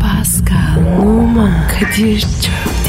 Pascal, Oman, Kadir çok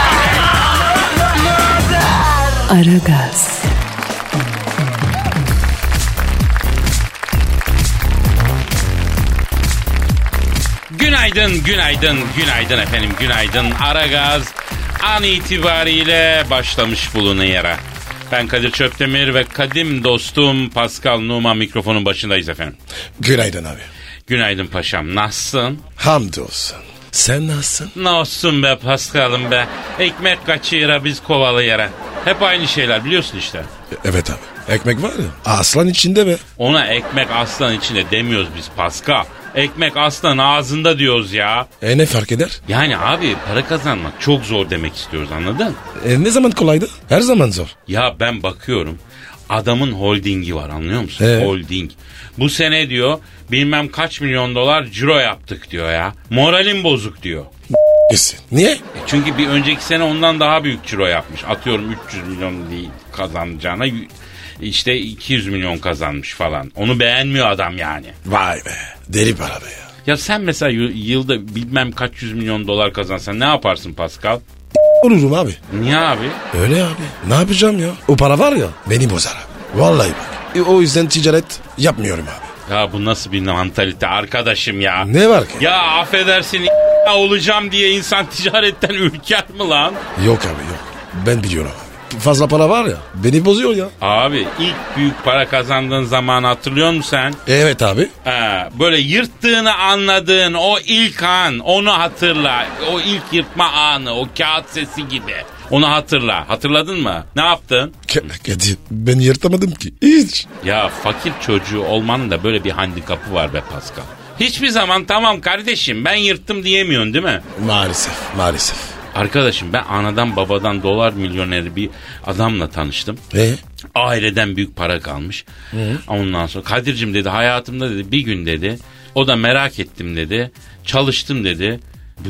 Aragaz, Günaydın, günaydın, günaydın efendim, günaydın. Aragaz an itibariyle başlamış bulunuyor. Ben Kadir Çöptemir ve kadim dostum Pascal Numa mikrofonun başındayız efendim. Günaydın abi. Günaydın paşam, nasılsın? Hamdolsun. Sen nasılsın? Nasılsın be Pascal'ım be? Ekmek kaçıyıra biz kovalayara. Hep aynı şeyler biliyorsun işte. Evet abi. Ekmek var ya. Aslan içinde be. Ona ekmek aslan içinde demiyoruz biz Pascal. Ekmek aslan ağzında diyoruz ya. E ne fark eder? Yani abi para kazanmak çok zor demek istiyoruz anladın? E ne zaman kolaydı? Her zaman zor. Ya ben bakıyorum adamın holdingi var anlıyor musun? Evet. Holding. Bu sene diyor bilmem kaç milyon dolar ciro yaptık diyor ya. Moralim bozuk diyor. Kesin. Niye? E çünkü bir önceki sene ondan daha büyük ciro yapmış. Atıyorum 300 milyon değil kazanacağına y- işte 200 milyon kazanmış falan. Onu beğenmiyor adam yani. Vay be. Deli para be ya. Ya sen mesela y- yılda bilmem kaç yüz milyon dolar kazansan ne yaparsın Pascal? Olurum abi. Niye abi? Öyle abi. Ne yapacağım ya? O para var ya beni bozar abi. Vallahi bak. E, o yüzden ticaret yapmıyorum abi. Ya bu nasıl bir mantalite arkadaşım ya? Ne var ki? Ya affedersin ya olacağım diye insan ticaretten ürker mi lan? Yok abi yok. Ben biliyorum abi. Fazla para var ya beni bozuyor ya. Abi ilk büyük para kazandığın zamanı hatırlıyor musun sen? Evet abi. Ha, böyle yırttığını anladığın o ilk an onu hatırla. O ilk yırtma anı o kağıt sesi gibi. Onu hatırla. Hatırladın mı? Ne yaptın? Ke- Kadir ben yırtamadım ki. Hiç. Ya fakir çocuğu olmanın da böyle bir handikapı var be Pascal. Hiçbir zaman tamam kardeşim ben yırttım diyemiyorsun değil mi? Maalesef maalesef. Arkadaşım ben anadan babadan dolar milyoneri bir adamla tanıştım. E? Aileden büyük para kalmış. Ondan sonra Kadir'cim dedi hayatımda dedi bir gün dedi. O da merak ettim dedi. Çalıştım dedi.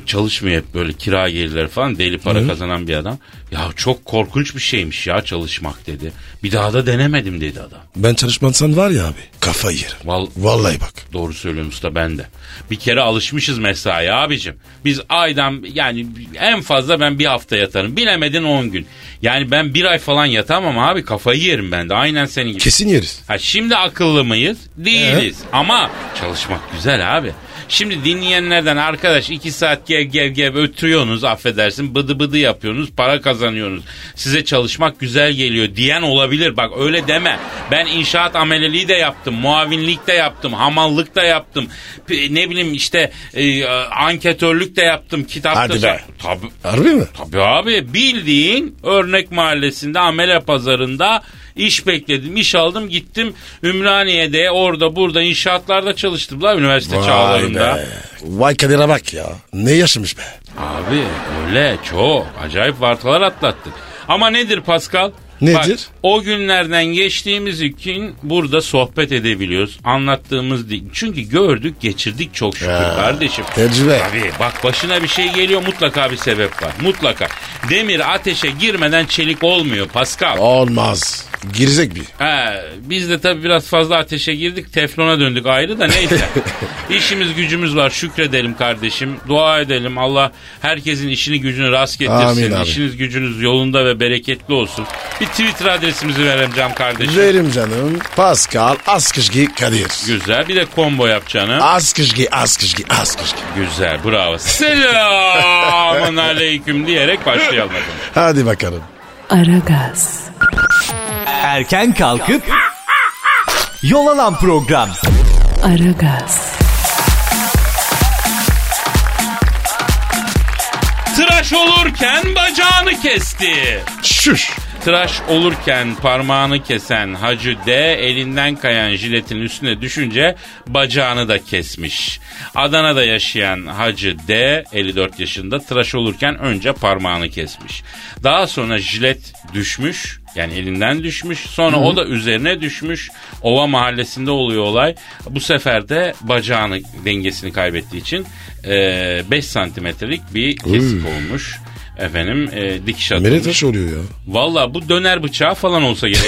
Bu çalışmıyor hep böyle kira gelirleri falan deli para kazanan bir adam. Ya çok korkunç bir şeymiş ya çalışmak dedi. Bir daha da denemedim dedi adam. Ben çalışmazsan var ya abi kafayı yerim. Val- Vallahi bak. Doğru söylüyorsun usta ben de. Bir kere alışmışız mesai abicim. Biz aydan yani en fazla ben bir hafta yatarım. Bilemedin 10 gün. Yani ben bir ay falan yatamam abi kafayı yerim ben de. Aynen senin gibi. Kesin yeriz. Ha şimdi akıllı mıyız? Değiliz. Ama çalışmak güzel abi. Şimdi dinleyenlerden arkadaş iki saat gev gev gev ötüyorsunuz affedersin bıdı bıdı yapıyorsunuz para kazanıyorsunuz. Size çalışmak güzel geliyor diyen olabilir bak öyle deme. Ben inşaat ameleliği de yaptım, muavinlik de yaptım, hamallık da yaptım. P- Ne bileyim işte e, anketörlük de yaptım, kitap da... Hadi be. Tabii, Harbi mi? Tabii abi bildiğin örnek mahallesinde amele pazarında iş bekledim, iş aldım gittim Ümraniye'de orada burada inşaatlarda çalıştım la üniversite çağlarında. Vay Kadir'e bak ya. Ne yaşamış be. Abi öyle çok acayip vartalar atlattık. Ama nedir Pascal? Nedir? Bak, o günlerden geçtiğimiz gün burada sohbet edebiliyoruz. Anlattığımız değil. Çünkü gördük geçirdik çok şükür kardeşim. Tecrübe. Abi bak başına bir şey geliyor mutlaka bir sebep var. Mutlaka. Demir ateşe girmeden çelik olmuyor Pascal. Olmaz. Girecek bir. He, biz de tabii biraz fazla ateşe girdik teflona döndük ayrı da neyse. İşimiz gücümüz var şükredelim kardeşim. Dua edelim Allah herkesin işini gücünü rast getirsin. Amin abi. İşiniz gücünüz yolunda ve bereketli olsun. Bir Twitter adresimizi vereceğim kardeşim. Verim canım. Pascal Askışgi Kadir. Güzel bir de combo yapacağını. Askışgi Askışgi Askışgi. Güzel bravo. Selamun aleyküm diyerek başlayalım. efendim. Hadi bakalım. Aragaz, Erken kalkıp yol alan program. Aragaz, Tıraş olurken bacağını kesti. Şuş. Tıraş olurken parmağını kesen Hacı D elinden kayan jiletin üstüne düşünce bacağını da kesmiş. Adana'da yaşayan Hacı D 54 yaşında tıraş olurken önce parmağını kesmiş. Daha sonra jilet düşmüş yani elinden düşmüş. Sonra o da üzerine düşmüş. Ova mahallesinde oluyor olay. Bu sefer de bacağını dengesini kaybettiği için 5 santimetrelik bir kesik olmuş. Efendim e, dikiş Nereye atılmış. taş oluyor ya? Valla bu döner bıçağı falan olsa gerek.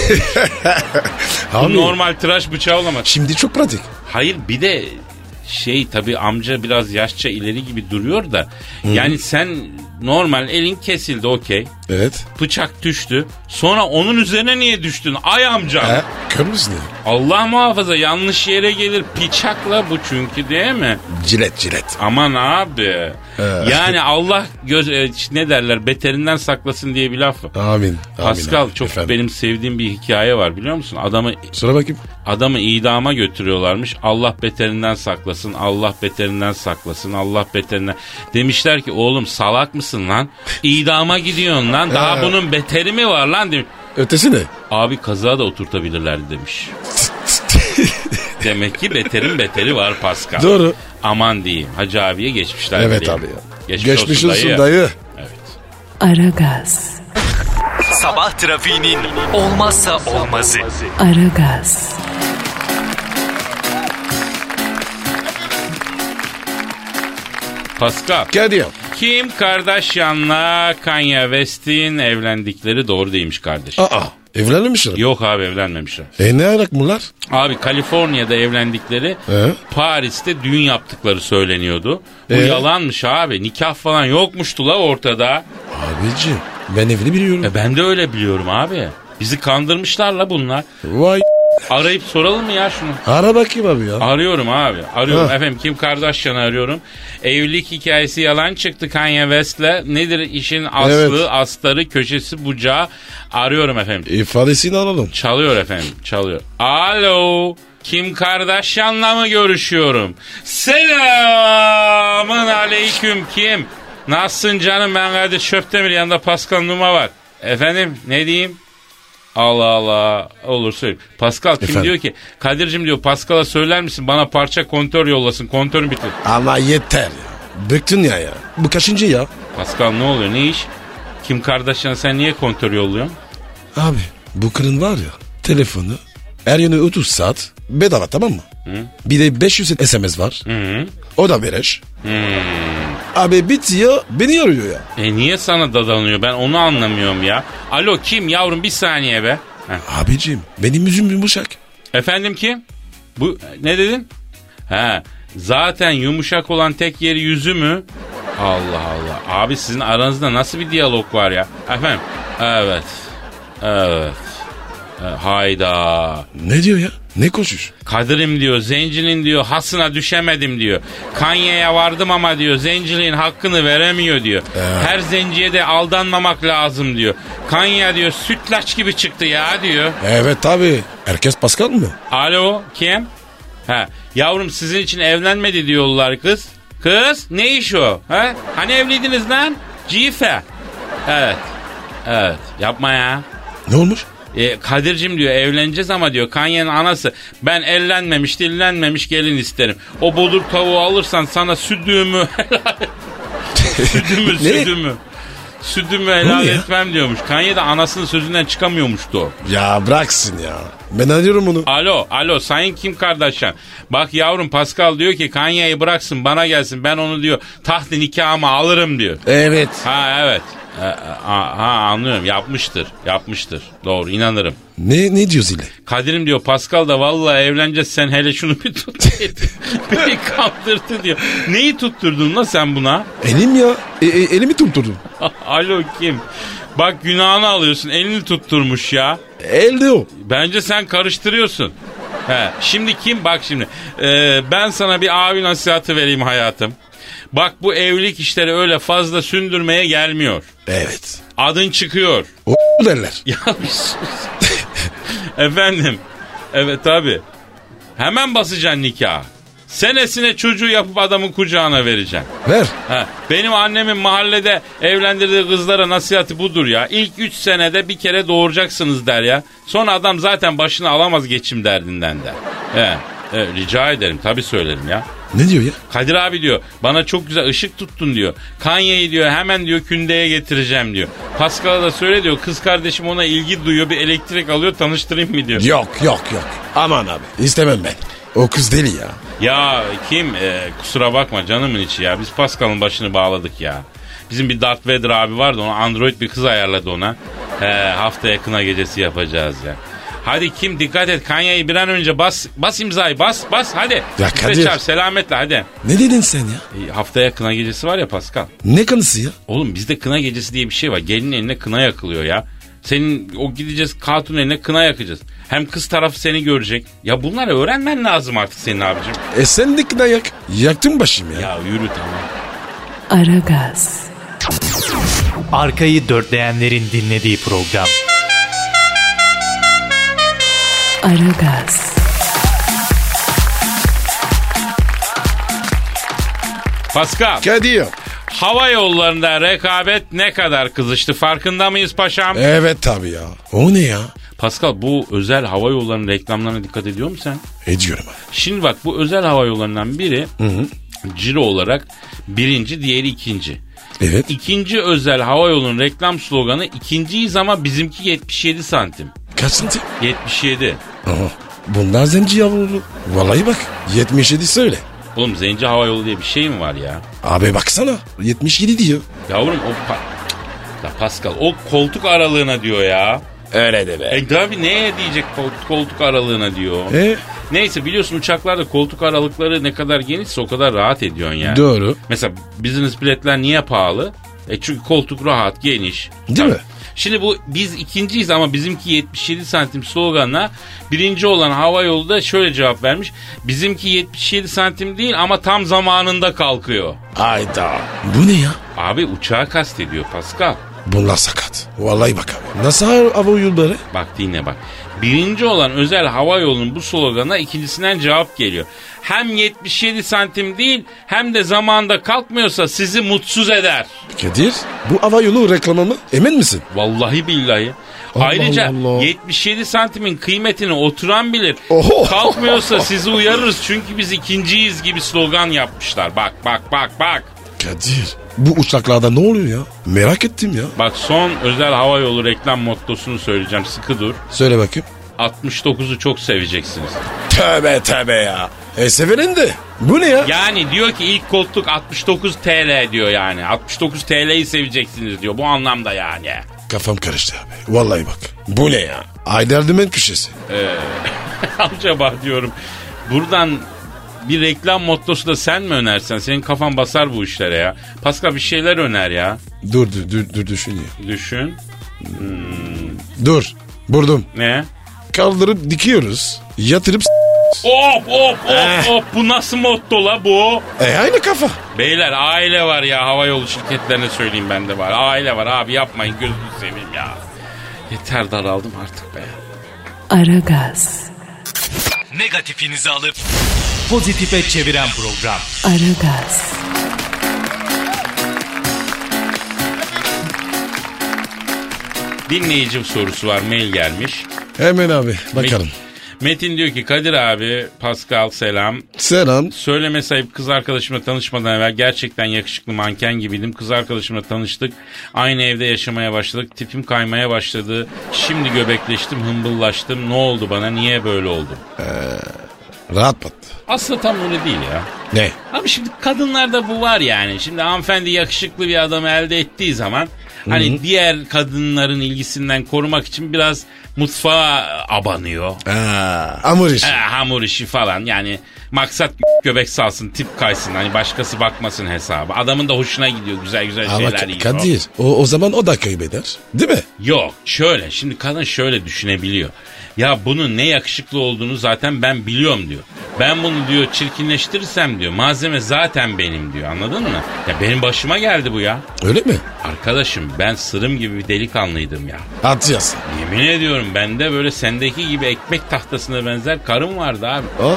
bu Abi normal tıraş bıçağı olamaz. şimdi çok pratik. Hayır bir de şey tabii amca biraz yaşça ileri gibi duruyor da. Yani sen normal elin kesildi okey. Evet. Bıçak düştü. Sonra onun üzerine niye düştün? Ay amcam. Ha, kör müsün ya? Allah muhafaza yanlış yere gelir. Bıçakla bu çünkü değil mi? Cilet cilet. Aman abi. Yani Allah göz e, ne derler beterinden saklasın diye bir laf var. Amin. amin Pascal abi. çok Efendim. benim sevdiğim bir hikaye var biliyor musun? Adamı Sıra bakayım. adamı idama götürüyorlarmış. Allah beterinden saklasın. Allah beterinden saklasın. Allah beterinden. Demişler ki oğlum salak mısın lan? İdama gidiyorsun lan. Daha Ee. bunun beteri mi var lan demiş. Ötesi ne? Abi kaza da oturtabilirlerdi demiş. Demek ki beterin beteri var Pascal. Doğru. Aman diyeyim. Hacı abiye geçmişler. Evet diyeyim. abi ya. Geçmiş, Geçmiş olsun dayı. Evet. Aragaz, Sabah trafiğinin olmazsa olmazı. Aragaz, Pascal. Gel ya. Kim Kardashian'la Kanye West'in evlendikleri doğru değilmiş kardeş. Aa. Evlenmişler. Yok abi evlenmemişler. E ne ayak bunlar? Abi Kaliforniya'da evlendikleri Ee? Paris'te düğün yaptıkları söyleniyordu. Bu Ee? yalanmış abi. Nikah falan yokmuştu la ortada. Abici ben evini biliyorum. E ben de öyle biliyorum abi. Bizi kandırmışlar la bunlar. Vay. Arayıp soralım mı ya şunu? Ara bakayım abi ya. Arıyorum abi. Arıyorum Ha. efendim Kim Kardashian'ı arıyorum. Evlilik hikayesi yalan çıktı Kanye West'le. Nedir işin aslı, Evet. astarı, köşesi, bucağı? Arıyorum efendim. İfadesini alalım. Çalıyor efendim, çalıyor. Alo, Kim Kardashian'la mı görüşüyorum? Selamın aleyküm Kim. Nasılsın canım ben Kadir Şöptemir yanında Pascal Numa var. Efendim ne diyeyim? Allah Allah olur söyle. Pascal kim Efendim? diyor ki Kadir'cim diyor Pascal'a söyler misin bana parça kontör yollasın kontörün bitir. Ama yeter ya. Bıktın ya ya. Bu kaçıncı ya? Pascal ne oluyor ne iş? Kim Kardashian sen niye kontör yolluyorsun? Abi bu kırın var ya telefonu her yönü 30 saat bedava tamam mı? Bir de 500 SMS var. O da beleş. Abi bitiyor beni yoruyor ya. E niye sana dadanıyor ben onu anlamıyorum ya. Alo kim yavrum bir saniye be. Heh. Abicim benim yüzüm yumuşak. Efendim kim? Bu ne dedin? He. Zaten yumuşak olan tek yeri yüzü mü? Allah Allah. Abi sizin aranızda nasıl bir diyalog var ya? Efendim. Evet. Evet. E, hayda. Ne diyor ya? Ne koşuş? Kadir'im diyor, zencinin diyor, hasına düşemedim diyor. Kanya'ya vardım ama diyor, zenciliğin hakkını veremiyor diyor. Her zenciye de aldanmamak lazım diyor. Kanya diyor, sütlaç gibi çıktı ya diyor. Evet abi. Herkes Pascal mı? Alo kim? Ha yavrum sizin için evlenmedi diyorlar kız. Kız ne iş o? Ha? Hani evliydiniz lan? Cife. Evet. Evet yapma ya. Ne olmuş? E, Kadir'cim diyor evleneceğiz ama diyor Kanye'nin anası ben ellenmemiş dillenmemiş gelin isterim. O bodur tavuğu alırsan sana südüğümü helal et- südümü Ne? südümü. Südümü helal oluyor ya? etmem diyormuş. Kanye de anasının sözünden çıkamıyormuştu o. Ya bıraksın ya. Ben arıyorum onu. Alo, alo Sayın Kim Kardashian. Bak yavrum Pascal diyor ki Kanye'yi bıraksın bana gelsin. Ben onu diyor tahtı nikahıma alırım diyor. Evet. Ha evet. Ha, ha, ha, anlıyorum yapmıştır yapmıştır doğru inanırım Ne ne diyor Zile? Kadir'im diyor Pascal da vallahi evleneceğiz sen hele şunu bir tut beni kandırdı diyor neyi tutturdun la sen buna Elim ya. E, e, elimi tutturdum. alo kim bak günahını alıyorsun elini tutturmuş ya Elde o. Bence sen karıştırıyorsun. He, şimdi kim bak şimdi. Ee, ben sana bir abi nasihatı vereyim hayatım. Bak bu evlilik işleri öyle fazla sündürmeye gelmiyor. Evet. Adın çıkıyor. O derler. Ya bir sus. Efendim. Evet tabi. Hemen basacaksın nikah. Senesine çocuğu yapıp adamın kucağına vereceğim. Ver. Ha, benim annemin mahallede evlendirdiği kızlara nasihati budur ya. İlk 3 senede bir kere doğuracaksınız der ya. Sonra adam zaten başını alamaz geçim derdinden der. He, he, rica ederim tabii söylerim ya. Ne diyor ya? Kadir abi diyor bana çok güzel ışık tuttun diyor. Kanye'yi diyor hemen diyor kündeye getireceğim diyor. Pascal'a da söyle diyor kız kardeşim ona ilgi duyuyor bir elektrik alıyor tanıştırayım mı diyor. Yok yok yok. Aman abi. İstemem ben. O kız deli ya. Ya kim e, kusura bakma canımın içi ya biz Pascal'ın başını bağladık ya. Bizim bir Darth Vader abi vardı ona android bir kız ayarladı ona. He, haftaya kına gecesi yapacağız ya. Hadi kim dikkat et Kanye'yi bir an önce bas bas imzayı bas bas hadi. Ya Git be Kadir. çarp, selametle hadi. Ne dedin sen ya? E, haftaya kına gecesi var ya Pascal. Ne kanısı ya? Oğlum bizde kına gecesi diye bir şey var. Gelinin eline kına yakılıyor ya. Senin o gideceğiz katun eline kına yakacağız. Hem kız tarafı seni görecek. Ya bunları öğrenmen lazım artık senin abicim. E sen de kına yak. Yaktın başım ya. Ya yürü tamam. Aragaz, Arkayı dörtleyenlerin dinlediği program. Aragaz, Pascal, Kadir. hava yollarında rekabet ne kadar kızıştı farkında mıyız paşam? Evet tabii ya. O ne ya? Pascal bu özel hava yollarının reklamlarına dikkat ediyor musun sen? Ediyorum abi. Şimdi bak bu özel hava yollarından biri ciro olarak birinci diğeri ikinci. Evet. İkinci özel hava yolunun reklam sloganı ikinciyiz ama bizimki 77 santim. Kaç santim? 77. Aha. Bunlar zenci yavruları. Vallahi bak. 77 söyle. Oğlum zenci hava yolu diye bir şey mi var ya? Abi baksana. 77 diyor. Yavrum o pa- La Pascal o koltuk aralığına diyor ya. Öyle de be. E tabi neye diyecek koltuk, koltuk aralığına diyor. E? Neyse biliyorsun uçaklarda koltuk aralıkları ne kadar genişse o kadar rahat ediyorsun yani. Doğru. Mesela business biletler niye pahalı? E çünkü koltuk rahat, geniş. Değil mi? Şimdi bu biz ikinciyiz ama bizimki 77 santim sloganla birinci olan hava yolu da şöyle cevap vermiş. Bizimki 77 santim değil ama tam zamanında kalkıyor. Ayda. Bu ne ya? Abi uçağı kastediyor Pascal. Bunlar sakat. Vallahi bak abi. Nasıl ha- hava yolları? Bak dinle bak. Birinci olan özel hava yolunun bu slogana ikincisinden cevap geliyor. Hem 77 santim değil hem de zamanda kalkmıyorsa sizi mutsuz eder. Kadir bu hava yolu reklamı mı? Emin misin? Vallahi billahi. Allah Ayrıca Allah. 77 santimin kıymetini oturan bilir. Oho. Kalkmıyorsa sizi uyarırız çünkü biz ikinciyiz gibi slogan yapmışlar. Bak bak bak bak. Kadir bu uçaklarda ne oluyor ya? Merak ettim ya. Bak son özel hava yolu reklam mottosunu söyleyeceğim sıkı dur. Söyle bakayım. 69'u çok seveceksiniz. Tövbe tövbe ya. E severin de. Bu ne ya? Yani diyor ki ilk koltuk 69 TL diyor yani. 69 TL'yi seveceksiniz diyor bu anlamda yani. Kafam karıştı abi. Vallahi bak. Bu ne ya? Ayder Dümen köşesi. Acaba diyorum buradan bir reklam mottosu da sen mi önersen? Senin kafan basar bu işlere ya. Pascal bir şeyler öner ya. Dur dur dur, dur düşünüyor. Düşün. Dur. Vurdum. Ne? Kaldırıp dikiyoruz. Yatırıp s- Hop hop hop Eh. hop bu nasıl motto la bu? E aynı kafa. Beyler aile var ya havayolu şirketlerine söyleyeyim ben de var. Aile var abi yapmayın gözünü seveyim ya. Yeter daraldım artık be. Aragaz, Negatifinizi alıp pozitife çeviren program. Aragaz, Dinleyici sorusu var mail gelmiş. Hemen abi bakalım. Metin diyor ki Kadir abi Pascal selam. Selam. Söyleme sayıp kız arkadaşımla tanışmadan evvel gerçekten yakışıklı manken gibiydim. Kız arkadaşımla tanıştık. Aynı evde yaşamaya başladık. Tipim kaymaya başladı. Şimdi göbekleştim, hımbıllaştım. Ne oldu bana? Niye böyle oldu? Rahat battı. Aslında tam öyle değil ya. Ne? Abi şimdi kadınlarda bu var yani. Şimdi hanımefendi yakışıklı bir adamı elde ettiği zaman hani diğer kadınların ilgisinden korumak için biraz mutfağa abanıyor. Aa, amur işi. He, Ee, hamur işi falan yani maksat göbek salsın tip kaysın hani başkası bakmasın hesaba. Adamın da hoşuna gidiyor güzel güzel Ama şeyler Ka- yiyor. Kadir o, o zaman o da kaybeder. Değil mi? Yok şöyle şimdi kadın şöyle düşünebiliyor. Ya bunun ne yakışıklı olduğunu zaten ben biliyorum diyor. Ben bunu diyor çirkinleştirirsem diyor malzeme zaten benim diyor anladın mı? Ya benim başıma geldi bu ya. Öyle mi? Arkadaşım ben sırım gibi bir delikanlıydım ya. Atacağız. Yemin ediyorum bende böyle sendeki gibi ekmek tahtasına benzer karım vardı abi. Aa,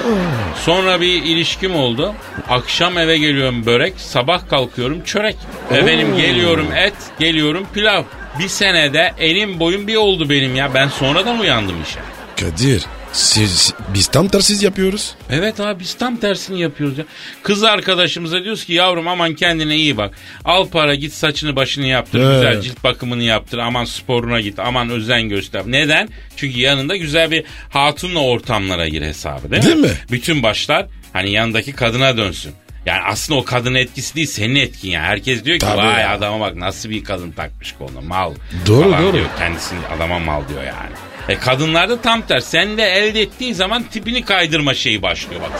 Sonra sonra bir ilişkim oldu. Akşam eve geliyorum börek, sabah kalkıyorum çörek. Efendim geliyorum et, geliyorum pilav. Bir senede elim boyum bir oldu benim ya. Ben sonradan uyandım işe. Kadir siz, biz tam tersiz yapıyoruz. Evet abi biz tam tersini yapıyoruz ya. Kız arkadaşımıza diyoruz ki yavrum aman kendine iyi bak. Al para git saçını başını yaptır. Evet. Güzel cilt bakımını yaptır. Aman sporuna git. Aman özen göster. Neden? Çünkü yanında güzel bir hatunla ortamlara gir hesabı değil mi? Değil mi? Bütün başlar hani yanındaki kadına dönsün. Yani aslında o kadın etkisi değil senin etkin ya. Herkes diyor ki Tabii vay ya." adama bak nasıl bir kadın takmış koluna mal. Doğru, falan doğru. diyor. Kendisini adama mal diyor yani. E kadınlarda tam tersi. Sen de elde ettiğin zaman tipini kaydırma şeyi başlıyor bak.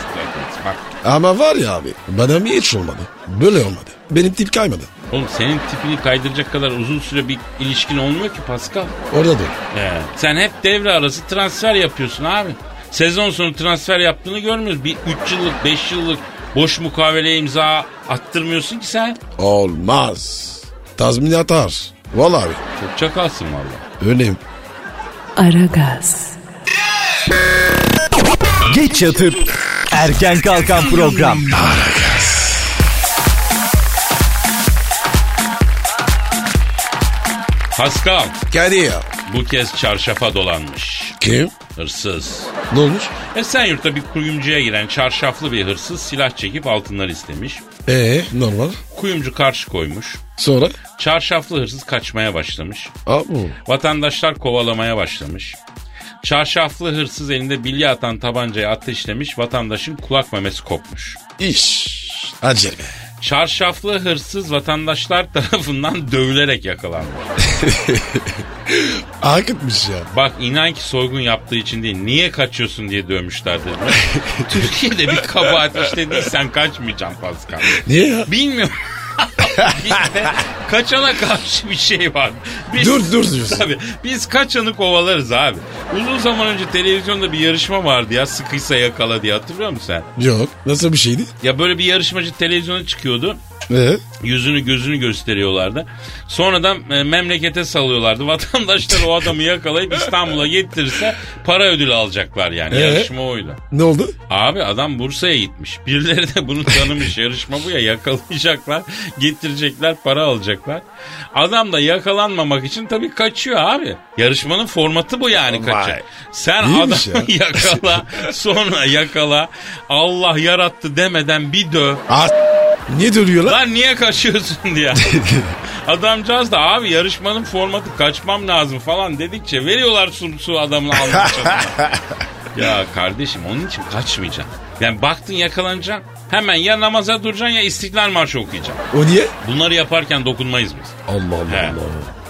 Bak Ama var ya abi bana mi hiç olmadı. Böyle olmadı. Benim tip kaymadı. oğlum senin tipini kaydıracak kadar uzun süre bir ilişkin olmuyor ki Pascal. Orada dur. He. Sen hep devre arası transfer yapıyorsun abi. Sezon sonu transfer yaptığını görmüyoruz. Bir 3 yıllık 5 yıllık boş mukaveleye imza attırmıyorsun ki sen. Olmaz. Tazminat ağır. Valla abi. Çok çakalsın valla. Önem. Aragaz, Geç yatıp erken kalkan program. Pascal Kadir ya. bu kez çarşafa dolanmış. Kim? Hırsız. Ne olmuş? Esenyurt'ta bir kuyumcuya giren çarşaflı bir hırsız silah çekip altınlar istemiş. Ee normal. Kuyumcu karşı koymuş. Sonra? Çarşaflı hırsız kaçmaya başlamış. Abi. Vatandaşlar kovalamaya başlamış. Çarşaflı hırsız elinde bilye atan tabancayı ateşlemiş. Vatandaşın kulak memesi kopmuş. İş. Acele. Çarşaflı hırsız vatandaşlar tarafından dövülerek yakalanmış. Akıtmış ya. Bak inan ki soygun yaptığı için değil. Niye kaçıyorsun diye dövmüşler dediler. Türkiye'de bir kabahat işlediysen kaçmayacaksın Pascal. Niye ya? Bilmiyorum. Bizde kaçana karşı bir şey var. Biz, Dur, dur diyorsun. Tabii, biz kaçanı kovalarız abi. Uzun zaman önce televizyonda bir yarışma vardı ya sıkıysa yakala diye hatırlıyor musun sen? Yok. Nasıl bir şeydi? Ya böyle bir yarışmacı televizyona çıkıyordu. Ee? Yüzünü gözünü gösteriyorlardı. Sonradan e, memlekete salıyorlardı. Vatandaşlar o adamı yakalayıp İstanbul'a getirirse para ödülü alacaklar yani. Ee? Yarışma oydu. Ne oldu? Abi adam Bursa'ya gitmiş. Birileri de bunu tanımış. Yarışma bu ya yakalayacaklar. Getirecekler para alacaklar. Adam da yakalanmamak için tabii kaçıyor abi. Yarışmanın formatı bu yani kaçı. Sen İyiymiş adamı yakala sonra yakala. Allah yarattı demeden bir döv. Aa, niye dönüyor lan? Lan niye kaçıyorsun diye. Adamcağız da abi yarışmanın formatı kaçmam lazım falan dedikçe veriyorlar sumsu adamın alnına. çatına. ya kardeşim onun için kaçmayacaksın. Yani baktın yakalanacaksın. Hemen ya namaza duracaksın ya İstiklal Marşı okuyacaksın. O niye? Bunları yaparken dokunmayız biz. Allah Allah He.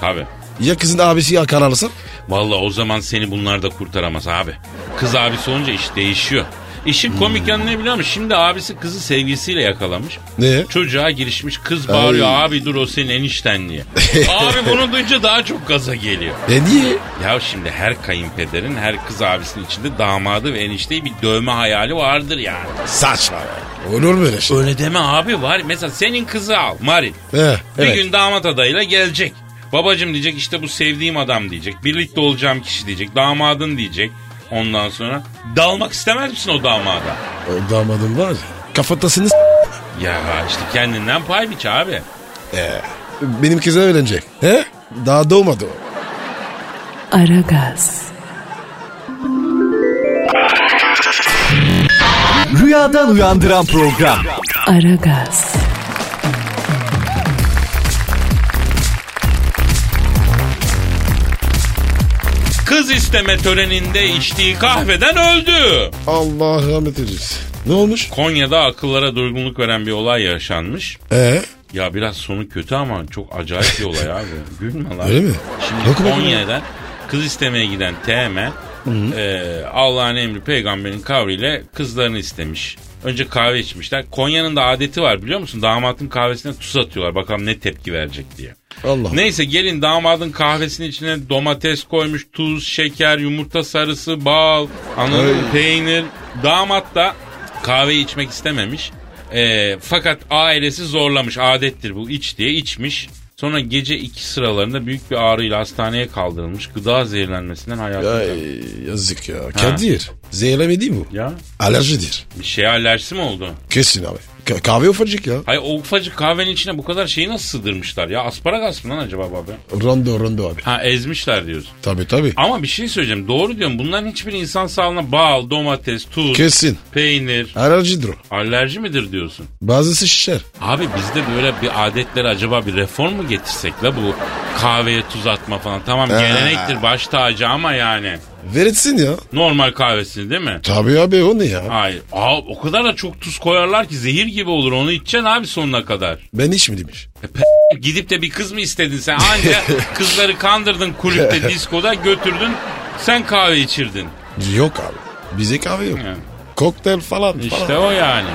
Tabii. Ya kızın abisi akararsa? Vallahi o zaman seni bunlar da kurtaramaz abi. Kız abisi olunca iş değişiyor. Hmm. İşin komik yanı ne biliyor musun? Şimdi abisi kızı sevgisiyle yakalamış. Ne? Çocuğa girişmiş kız bağırıyor abi dur o senin enişten diye. abi bunu duyunca daha çok gaza geliyor. E niye? Ya şimdi her kayınpederin her kız abisinin içinde damadı ve enişteyi bir dövme hayali vardır yani. Saçma be. Olur mu öyle şey? Öyle deme abi var. Mesela senin kızı al Marin. He, evet. Bir gün damat adayıyla gelecek. Babacım diyecek işte bu sevdiğim adam diyecek. Birlikte olacağım kişi diyecek. Damadın diyecek. Ondan sonra dalmak istemez misin o damada? O damadın var ya. Kafatasını s- Ya işte kendinden pay biç abi. Ee, benim kızım evlenecek. He? Daha doğmadı o. Aragaz, Rüyadan uyandıran program. Aragaz, Kız isteme töreninde içtiği kahveden öldü. Allah rahmet eylesin. Ne olmuş? Konya'da akıllara durgunluk veren bir olay yaşanmış. Ee? Ya biraz sonu kötü ama çok acayip bir olay abi. Gülme lan. Öyle mi? Şimdi Oku bakalım. Konya'da kız istemeye giden TM e, Allah'ın emri peygamberin kavriyle kızlarını istemiş. Önce kahve içmişler. Konya'nın da adeti var biliyor musun? Damatın kahvesine tuz atıyorlar. Bakalım ne tepki verecek diye. Allah. Neyse gelin damadın kahvesinin içine domates koymuş, tuz, şeker, yumurta sarısı, bal, anladın mı? peynir. Damat da kahveyi içmek istememiş. Ee, fakat ailesi zorlamış adettir bu iç diye içmiş. Sonra gece 2 sıralarında büyük bir ağrıyla hastaneye kaldırılmış. Gıda zehirlenmesinden hayatını kaybetti. Ay, yazık ya. Kadir. Zehirleme değil bu. Ya Alerjidir. bir şey alerjisi mi oldu? Kesin abi. Ka- kahve ufacık ya. Hayır o ufacık kahvenin içine bu kadar şeyi nasıl sığdırmışlar ya? Asparagas mı lan acaba baba? Rondo rondo abi. Ha ezmişler diyorsun. Tabii tabii. Ama bir şey söyleyeceğim. Doğru diyorum. Bunların hiçbir insan sağlığına bal, domates, tuz, Kesin. peynir, Alerjidir o. alerji midir diyorsun? Bazısı şişer. Abi bizde böyle bir adetleri acaba bir reform mu getirsek la bu kahveye tuz atma falan. Tamam gelenektir baş tacı ama yani. Veritsin ya. Normal kahvesini değil mi? Tabii abi o ne ya? Hayır. Aa, o kadar da çok tuz koyarlar ki zehir gibi olur. Onu içeceksin abi sonuna kadar. Ben içmedim E, pe- Gidip de bir kız mı istedin sen? Anca kızları kandırdın kulüpte, diskoda götürdün. Sen kahve içirdin. Yok abi. Bize kahve yok. Yani. Kokteyl falan İşte falan. o yani.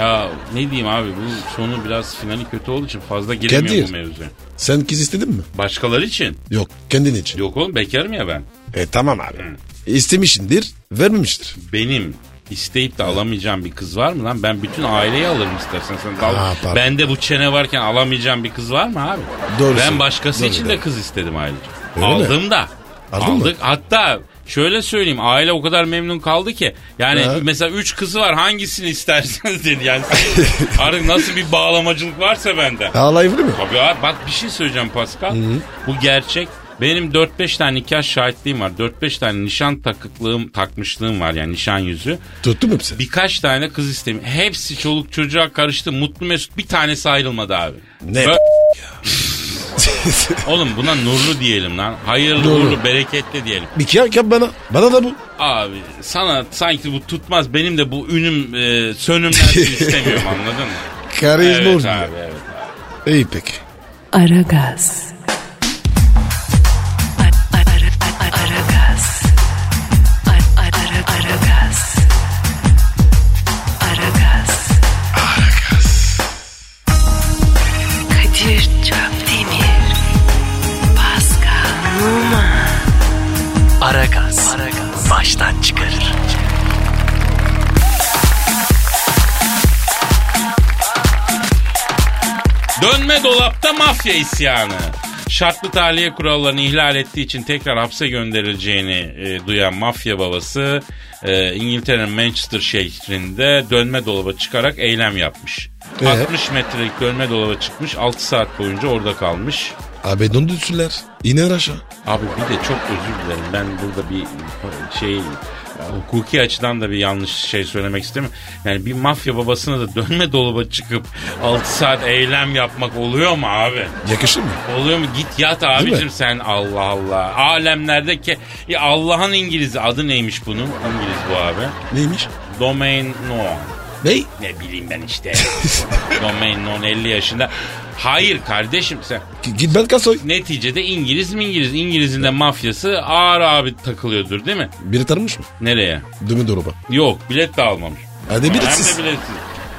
Ya ne diyeyim abi bu sonu biraz finali kötü olduğu için fazla Kadir. giremiyorum bu mevzuya. Sen kız istedin mi? Başkaları için. Yok. Kendin için. Yok oğlum bekarım ya ben. E tamam abi. İstemişindir. Vermemiştir. Benim isteyip de alamayacağım bir kız var mı lan? Ben bütün aileyi alırım istersen. Sen dal- Aa, pardon. Bende bu çene varken alamayacağım bir kız var mı abi? Doğru Ben söylüyorsun. başkası Doğru, için doğru. de kız istedim ayrıca. Öyle mi? Aldım da. Aldın mı? Aldık. Hatta şöyle söyleyeyim aile o kadar memnun kaldı ki. Yani Ha. mesela üç kızı var hangisini isterseniz dedi. Yani artık nasıl bir bağlamacılık varsa bende. Ağlayabilir mi? Abi abi bak bir şey söyleyeceğim Pascal. Bu gerçek. Benim 4-5 tane nikah şahitliğim var. 4-5 tane nişan takıklığım, takmışlığım var yani nişan yüzü. Tuttum hepsini. Birkaç tane kız istem. Hepsi çoluk çocuğa karıştı. Mutlu mesut bir tanesi ayrılmadı abi. Ne? Bö- Oğlum buna nurlu diyelim lan. Hayırlı, Doğru. uğurlu, bereketli diyelim. Bir kıyak yap bana. Bana da bu. Abi sana sanki bu tutmaz. Benim de bu ünüm e, sönümlensin istemiyorum anladın mı? Karizma Evet evet, abi evet. İyi peki. Aragaz. Aragaz. Aragaz. Aragaz. Aragaz. Kadir Çapdemir. Pascal Numa. Aragaz. Baştan çıkarır. Dönme dolapta mafya isyanı. Şartlı tahliye kurallarını ihlal ettiği için tekrar hapse gönderileceğini e, duyan mafya babası e, İngiltere'nin Manchester şehrinde dönme dolaba çıkarak eylem yapmış. Ee? 60 metrelik dönme dolaba çıkmış 6 saat boyunca orada kalmış. Abi döndürsünler. İner aşağı. Abi bir de çok özür dilerim ben burada bir şey hukuki açıdan da bir yanlış şey söylemek istemiyorum. Yani bir mafya babasına da dönme dolaba çıkıp 6 saat eylem yapmak oluyor mu abi? Yakışır mı? Oluyor mu? Git yat Değil abicim mi? sen. Allah Allah. Alemlerde ki Ya Allah'ın İngiliz'i adı neymiş bunun? İngiliz bu abi. Neymiş? Domain no. Ney? Ne bileyim ben işte. Domain non 50 yaşında. Hayır kardeşim sen. G- git ben kasoy. Neticede İngiliz mi İngiliz? İngiliz'in de mafyası ağır abi takılıyordur değil mi? Biri tanımış mı? Nereye? Dümü dolaba. Yok bilet de almamış. Hadi Hem biletsiz. de biletsiz.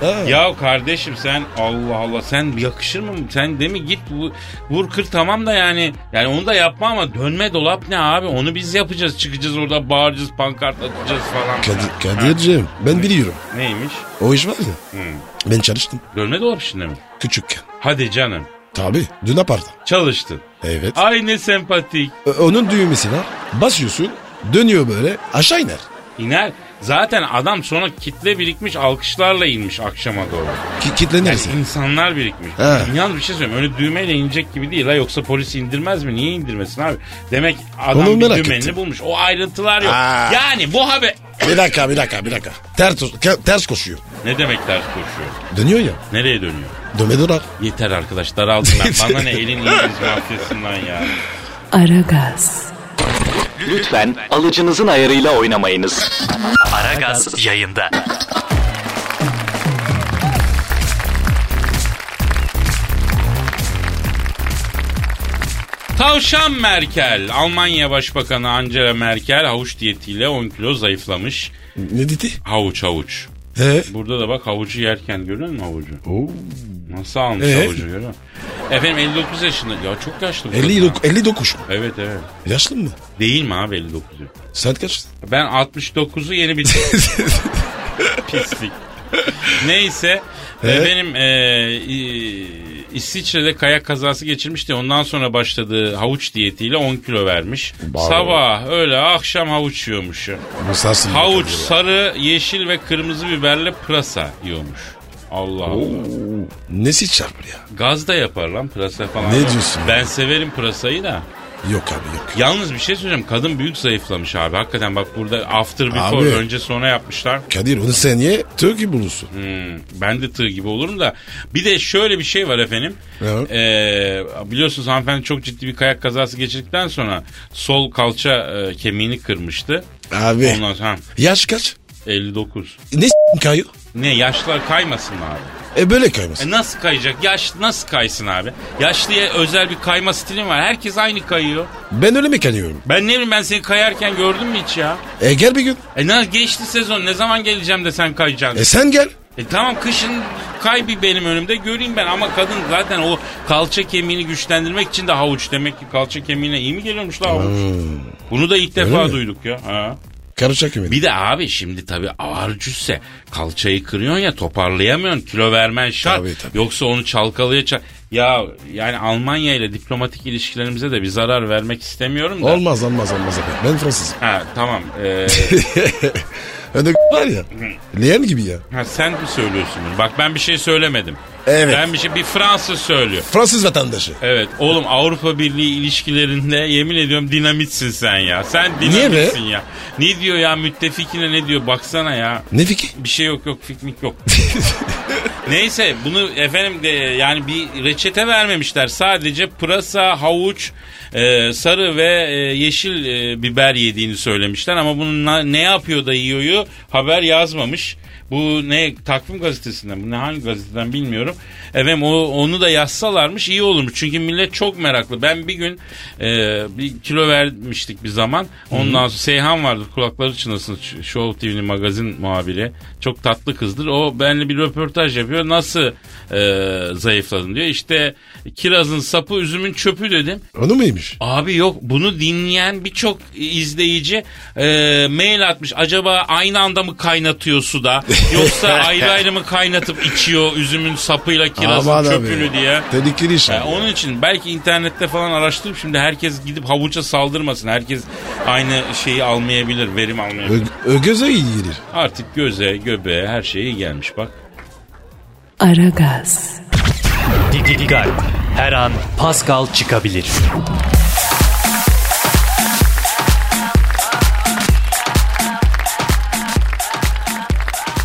Ha. Ya kardeşim sen Allah Allah sen yakışır mı? Sen de mi git bu, vur kır tamam da yani. Yani onu da yapma ama dönme dolap ne abi? Onu biz yapacağız. Çıkacağız orada bağıracağız pankart atacağız falan. Kadir, Kadir'cim ben biliyorum. Ha, Neymiş? O iş var ya. Ben çalıştım Dönme dolap şimdi mi? küçükken. Hadi canım. Tabii dün aparta. Çalıştın. Evet. Ay ne sempatik. Ö- Onun düğmesi var. Basıyorsun dönüyor böyle aşağı iner. İner. Zaten adam sonra kitle birikmiş alkışlarla inmiş akşama doğru. Ki kitlenirsin. İnsanlar birikmiş. He. Yalnız bir şey söyleyeyim. Öyle düğmeyle inecek gibi değil. Ha. Yoksa polis indirmez mi? Niye indirmesin abi? Demek adam Onu bir merak düğmenini ettim. bulmuş. O ayrıntılar yok. Ha. Yani bu haber... bir dakika bir dakika bir dakika. Ters, ke- ters koşuyor. Ne demek ters koşuyor? Dönüyor ya. Nereye dönüyor? Döme dolar. Yeter arkadaş daraldım ben. Bana ne elin İngiliz mafyasından ya. Aragaz. Lütfen alıcınızın ayarıyla oynamayınız. Aragaz yayında. Tavşan Merkel. Almanya Başbakanı Angela Merkel havuç diyetiyle 10 kilo zayıflamış. Ne dedi? Havuç havuç. He. Burada da bak havucu yerken görüyor musun havucu? Oo. Nasıl almış Ee? havucu görüyor musun? Efendim 59 yaşında. Ya çok yaşlı. bu 50, kadın ha. dok- 59 mu? Evet evet. Yaşlı mı? Değil mi abi 59'u? Saat kaç? Ben 69'u yeni bitirdim. Pislik. Neyse Evet. benim e, e, İsviçre'de kayak kazası geçirmişti. Ondan sonra başladığı havuç diyetiyle 10 kilo vermiş. Sabah, öğle, akşam havuç yiyormuş. ya. Nasıl aslında? Havuç, sarı, yeşil ve kırmızı biberle pırasa yiyormuş. Allah Allah. Nesi çarpır ya? Gaz da yapar lan pırasa falan. Ne diyorsun? Ben severim pırasayı da. Yok abi yok. Yalnız bir şey söyleyeceğim. Kadın büyük zayıflamış abi. Hakikaten bak burada after before Abi. önce sonra yapmışlar. Kadir onu sen ye Türk gibi bulursun. Hmm, ben de tığ gibi olurum da. Bir de şöyle bir şey var efendim. Evet. Ee, biliyorsunuz hanımefendi çok ciddi bir kayak kazası geçirdikten sonra sol kalça e, kemiğini kırmıştı. Abi Ondan sonra ha, yaş kaç? 59. Ne s**in kayıyor? Ne yaşlar kaymasın abi. E böyle kaymasın. E nasıl kayacak? Yaş nasıl kaysın abi? Yaşlıya özel bir kayma stilim var. Herkes aynı kayıyor. Ben öyle mi kayıyorum? Ben ne bileyim ben seni kayarken gördün mü hiç ya? E gel bir gün. E ne geçti sezon ne zaman geleceğim de sen kayacaksın? E sen gel. E tamam kışın kay bir benim önümde göreyim ben ama kadın zaten o kalça kemiğini güçlendirmek için de havuç demek ki kalça kemiğine iyi mi geliyormuş la havuç? Bunu da ilk defa Hmm. mi? duyduk ya. Ha. Karışacak mı? Bir de abi şimdi tabii ağır cüsse kalçayı kırıyorsun ya toparlayamıyorsun kilo vermen şart. Tabii, tabii. Yoksa onu çalkalaya çal- ya yani Almanya ile diplomatik ilişkilerimize de bir zarar vermek istemiyorum da. Olmaz olmaz olmaz abi. Ben Fransızım. Ha tamam. Ee, Öyle var ya. Leğen gibi ya. ha, sen mi söylüyorsun bunu? Bak ben bir şey söylemedim. Evet. Ben bir şey bir Fransız söylüyor. Fransız vatandaşı. Evet oğlum Avrupa Birliği ilişkilerinde yemin ediyorum dinamitsin sen ya. Sen Niye be? dinamitsin ya. Ne diyor ya müttefikine ne diyor baksana ya. Ne fikir? Bir şey yok yok fikmik yok. Neyse bunu efendim de yani bir reçete vermemişler. Sadece pırasa, havuç, e, sarı ve e, yeşil e, biber yediğini söylemişler. Ama bunun na- ne yapıyor da yiyoryu haber yazmamış. Bu ne takvim gazetesinden bu ne hangi gazeteden bilmiyorum. Efendim o, onu da yazsalarmış iyi olurmuş. Çünkü millet çok meraklı. Ben bir gün e, bir kilo vermiştik bir zaman. Ondan sonra Seyhan vardı kulakları çınlasın Ş- Show TV'nin magazin muhabiri. Çok tatlı kızdır. O benimle bir röportaj yapıyor. Nasıl e, zayıfladın diyor. İşte kirazın sapı üzümün çöpü dedim. Onu muymuş? Abi yok bunu dinleyen birçok izleyici e, mail atmış. Acaba aynı anda mı kaynatıyor suda yoksa ayrı ayrı mı kaynatıp içiyor üzümün sapıyla kirazın Aman abi. çöpünü diye. E, Tehlikeli iş. Yani abi. onun için belki internette falan araştırıp şimdi herkes gidip havuça saldırmasın. Herkes aynı şeyi almayabilir, verim almayabilir. Ö- ögöze iyi gelir. Artık göze, göbeğe her şeye gelmiş bak. Aragaz, Didi Gal. Her an Pascal çıkabilir.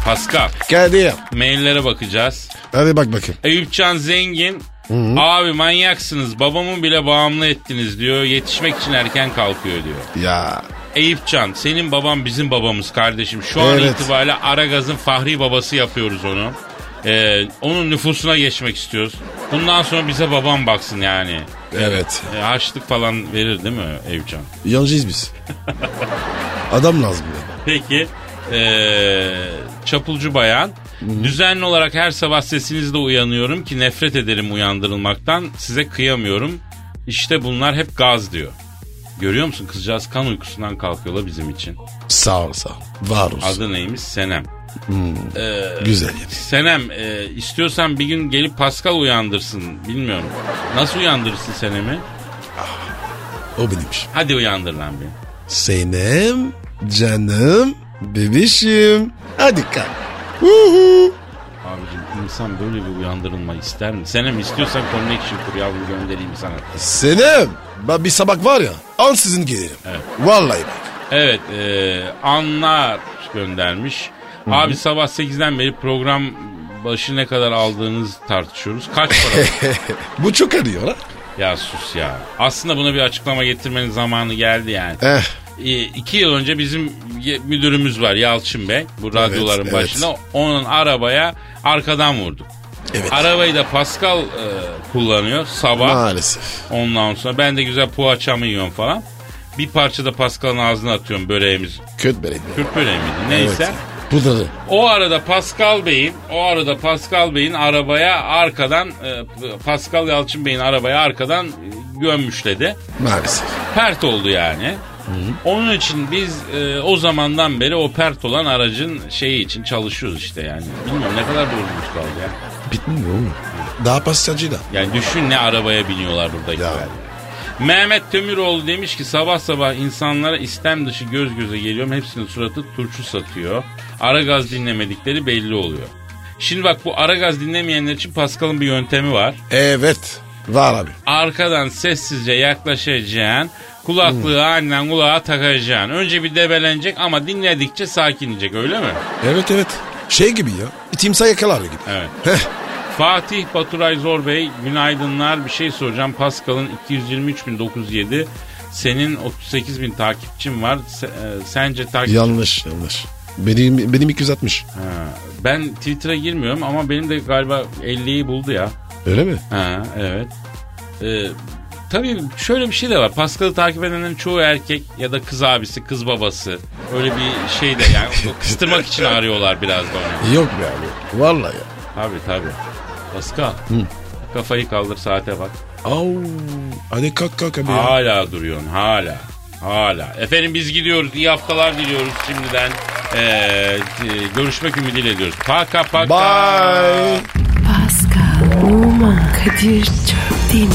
Pascal, Kadir. maillere bakacağız. Hadi bak bakayım. Eyüpcan Zengin Abi manyaksınız babamı bile bağımlı ettiniz diyor. Yetişmek için erken kalkıyor diyor. Ya. Eyüpcan senin baban bizim babamız kardeşim. Şu an Evet. itibariyle Aragaz'ın fahri babası yapıyoruz onu. Ee, onun nüfusuna geçmek istiyoruz. Bundan sonra bize babam baksın yani. Evet. Ee, harçlık falan verir değil mi Eyüpcan? Yancıyız biz. Adam lazım ya. Peki eee, Çapulcu Bayan Düzenli olarak her sabah sesinizle uyanıyorum ki nefret ederim uyandırılmaktan. Size kıyamıyorum. İşte bunlar hep gaz diyor. Görüyor musun kızcağız kan uykusundan kalkıyorlar bizim için. Sağ ol sağ ol. Var olsun. Adı neymiş? Senem. Güzel yani. Senem e, istiyorsan bir gün gelip Pascal uyandırsın. Bilmiyorum. Nasıl uyandırırsın Senem'i? O benim işim. Hadi uyandır lan beni. Senem, canım, bebişim. Hadi kalk. Uhu. Abicim insan böyle bir uyandırılma ister mi? Senem istiyorsan connection kur yavrum göndereyim sana. Senem. Bak bir sabah var ya. Ansızın gelirim. Vallahi bak. Evet e, Anlar göndermiş. Abi sabah 8'den beri program başı ne kadar aldığınız tartışıyoruz. Kaç para? Bu çok arıyor ha. ya sus ya. Aslında buna bir açıklama getirmenin zamanı geldi yani. Eh. E, iki yıl önce bizim ye- müdürümüz var Yalçın Bey. Bu radyoların evet. başında. Onun arabaya arkadan vurduk. Evet. Arabayı da Pascal e, kullanıyor sabah. Maalesef. Ondan sonra ben de güzel poğaçamı yiyorum falan. Bir parça da Pascal'ın ağzına atıyorum böreğimiz. Köt bereydi. Kürt böreği miydi? Neyse. Pudralı. O arada Pascal Bey'in, o arada Pascal Bey'in arabaya arkadan, e, Pascal Yalçın Bey'in arabaya arkadan e, gömmüşledi. Maalesef. Pert oldu yani. Onun için biz e, o zamandan beri o pert olan aracın şeyi için çalışıyoruz işte yani. Bilmiyorum ne kadar doğrumuz kaldı ya. Bitmiyor mu? Daha pastancı da. Yani düşün ne arabaya biniyorlar buradakiler. Ya. Mehmet Temiroğlu demiş ki sabah sabah insanlara istem dışı göz göze geliyorum. Hepsinin suratı turşu satıyor. Ara gaz dinlemedikleri belli oluyor. Şimdi bak bu ara gaz dinlemeyenler için Pascal'ın bir yöntemi var. Evet. Var abi. Arkadan sessizce yaklaşacaksın. Kulaklığı annen kulağa takacaksın. Önce bir debelenecek ama dinledikçe sakinleyecek öyle mi? Evet evet. Şey gibi ya. Timsah yakalar gibi. Evet. Heh. Fatih Baturay Zor Bey günaydınlar bir şey soracağım. Pascal'ın 223.907 senin 38.000 takipçin var. Se- e, sence takip... Yanlış yanlış. Benim, benim 260. Ha, Ben Twitter'a girmiyorum ama benim de galiba 50'yi buldu ya. Öyle mi? Ha, evet. Ee, tabii şöyle bir şey de var. Pascal'ı takip edenlerin çoğu erkek ya da kız abisi, kız babası. Öyle bir şey de yani kıstırmak için arıyorlar biraz da onu. Yok be abi. Vallahi ya. Tabii tabii. Pascal. Kafayı kaldır saate bak. Au. Hadi kalk kalk abi ya. Hala duruyorsun hala. Hala. Efendim biz gidiyoruz. İyi haftalar diliyoruz şimdiden. Ee, e, görüşmek ümidiyle diyoruz. Paka paka. Bye. Pascal, Oman, Kadir çok değil mi?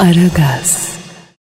Aragaz.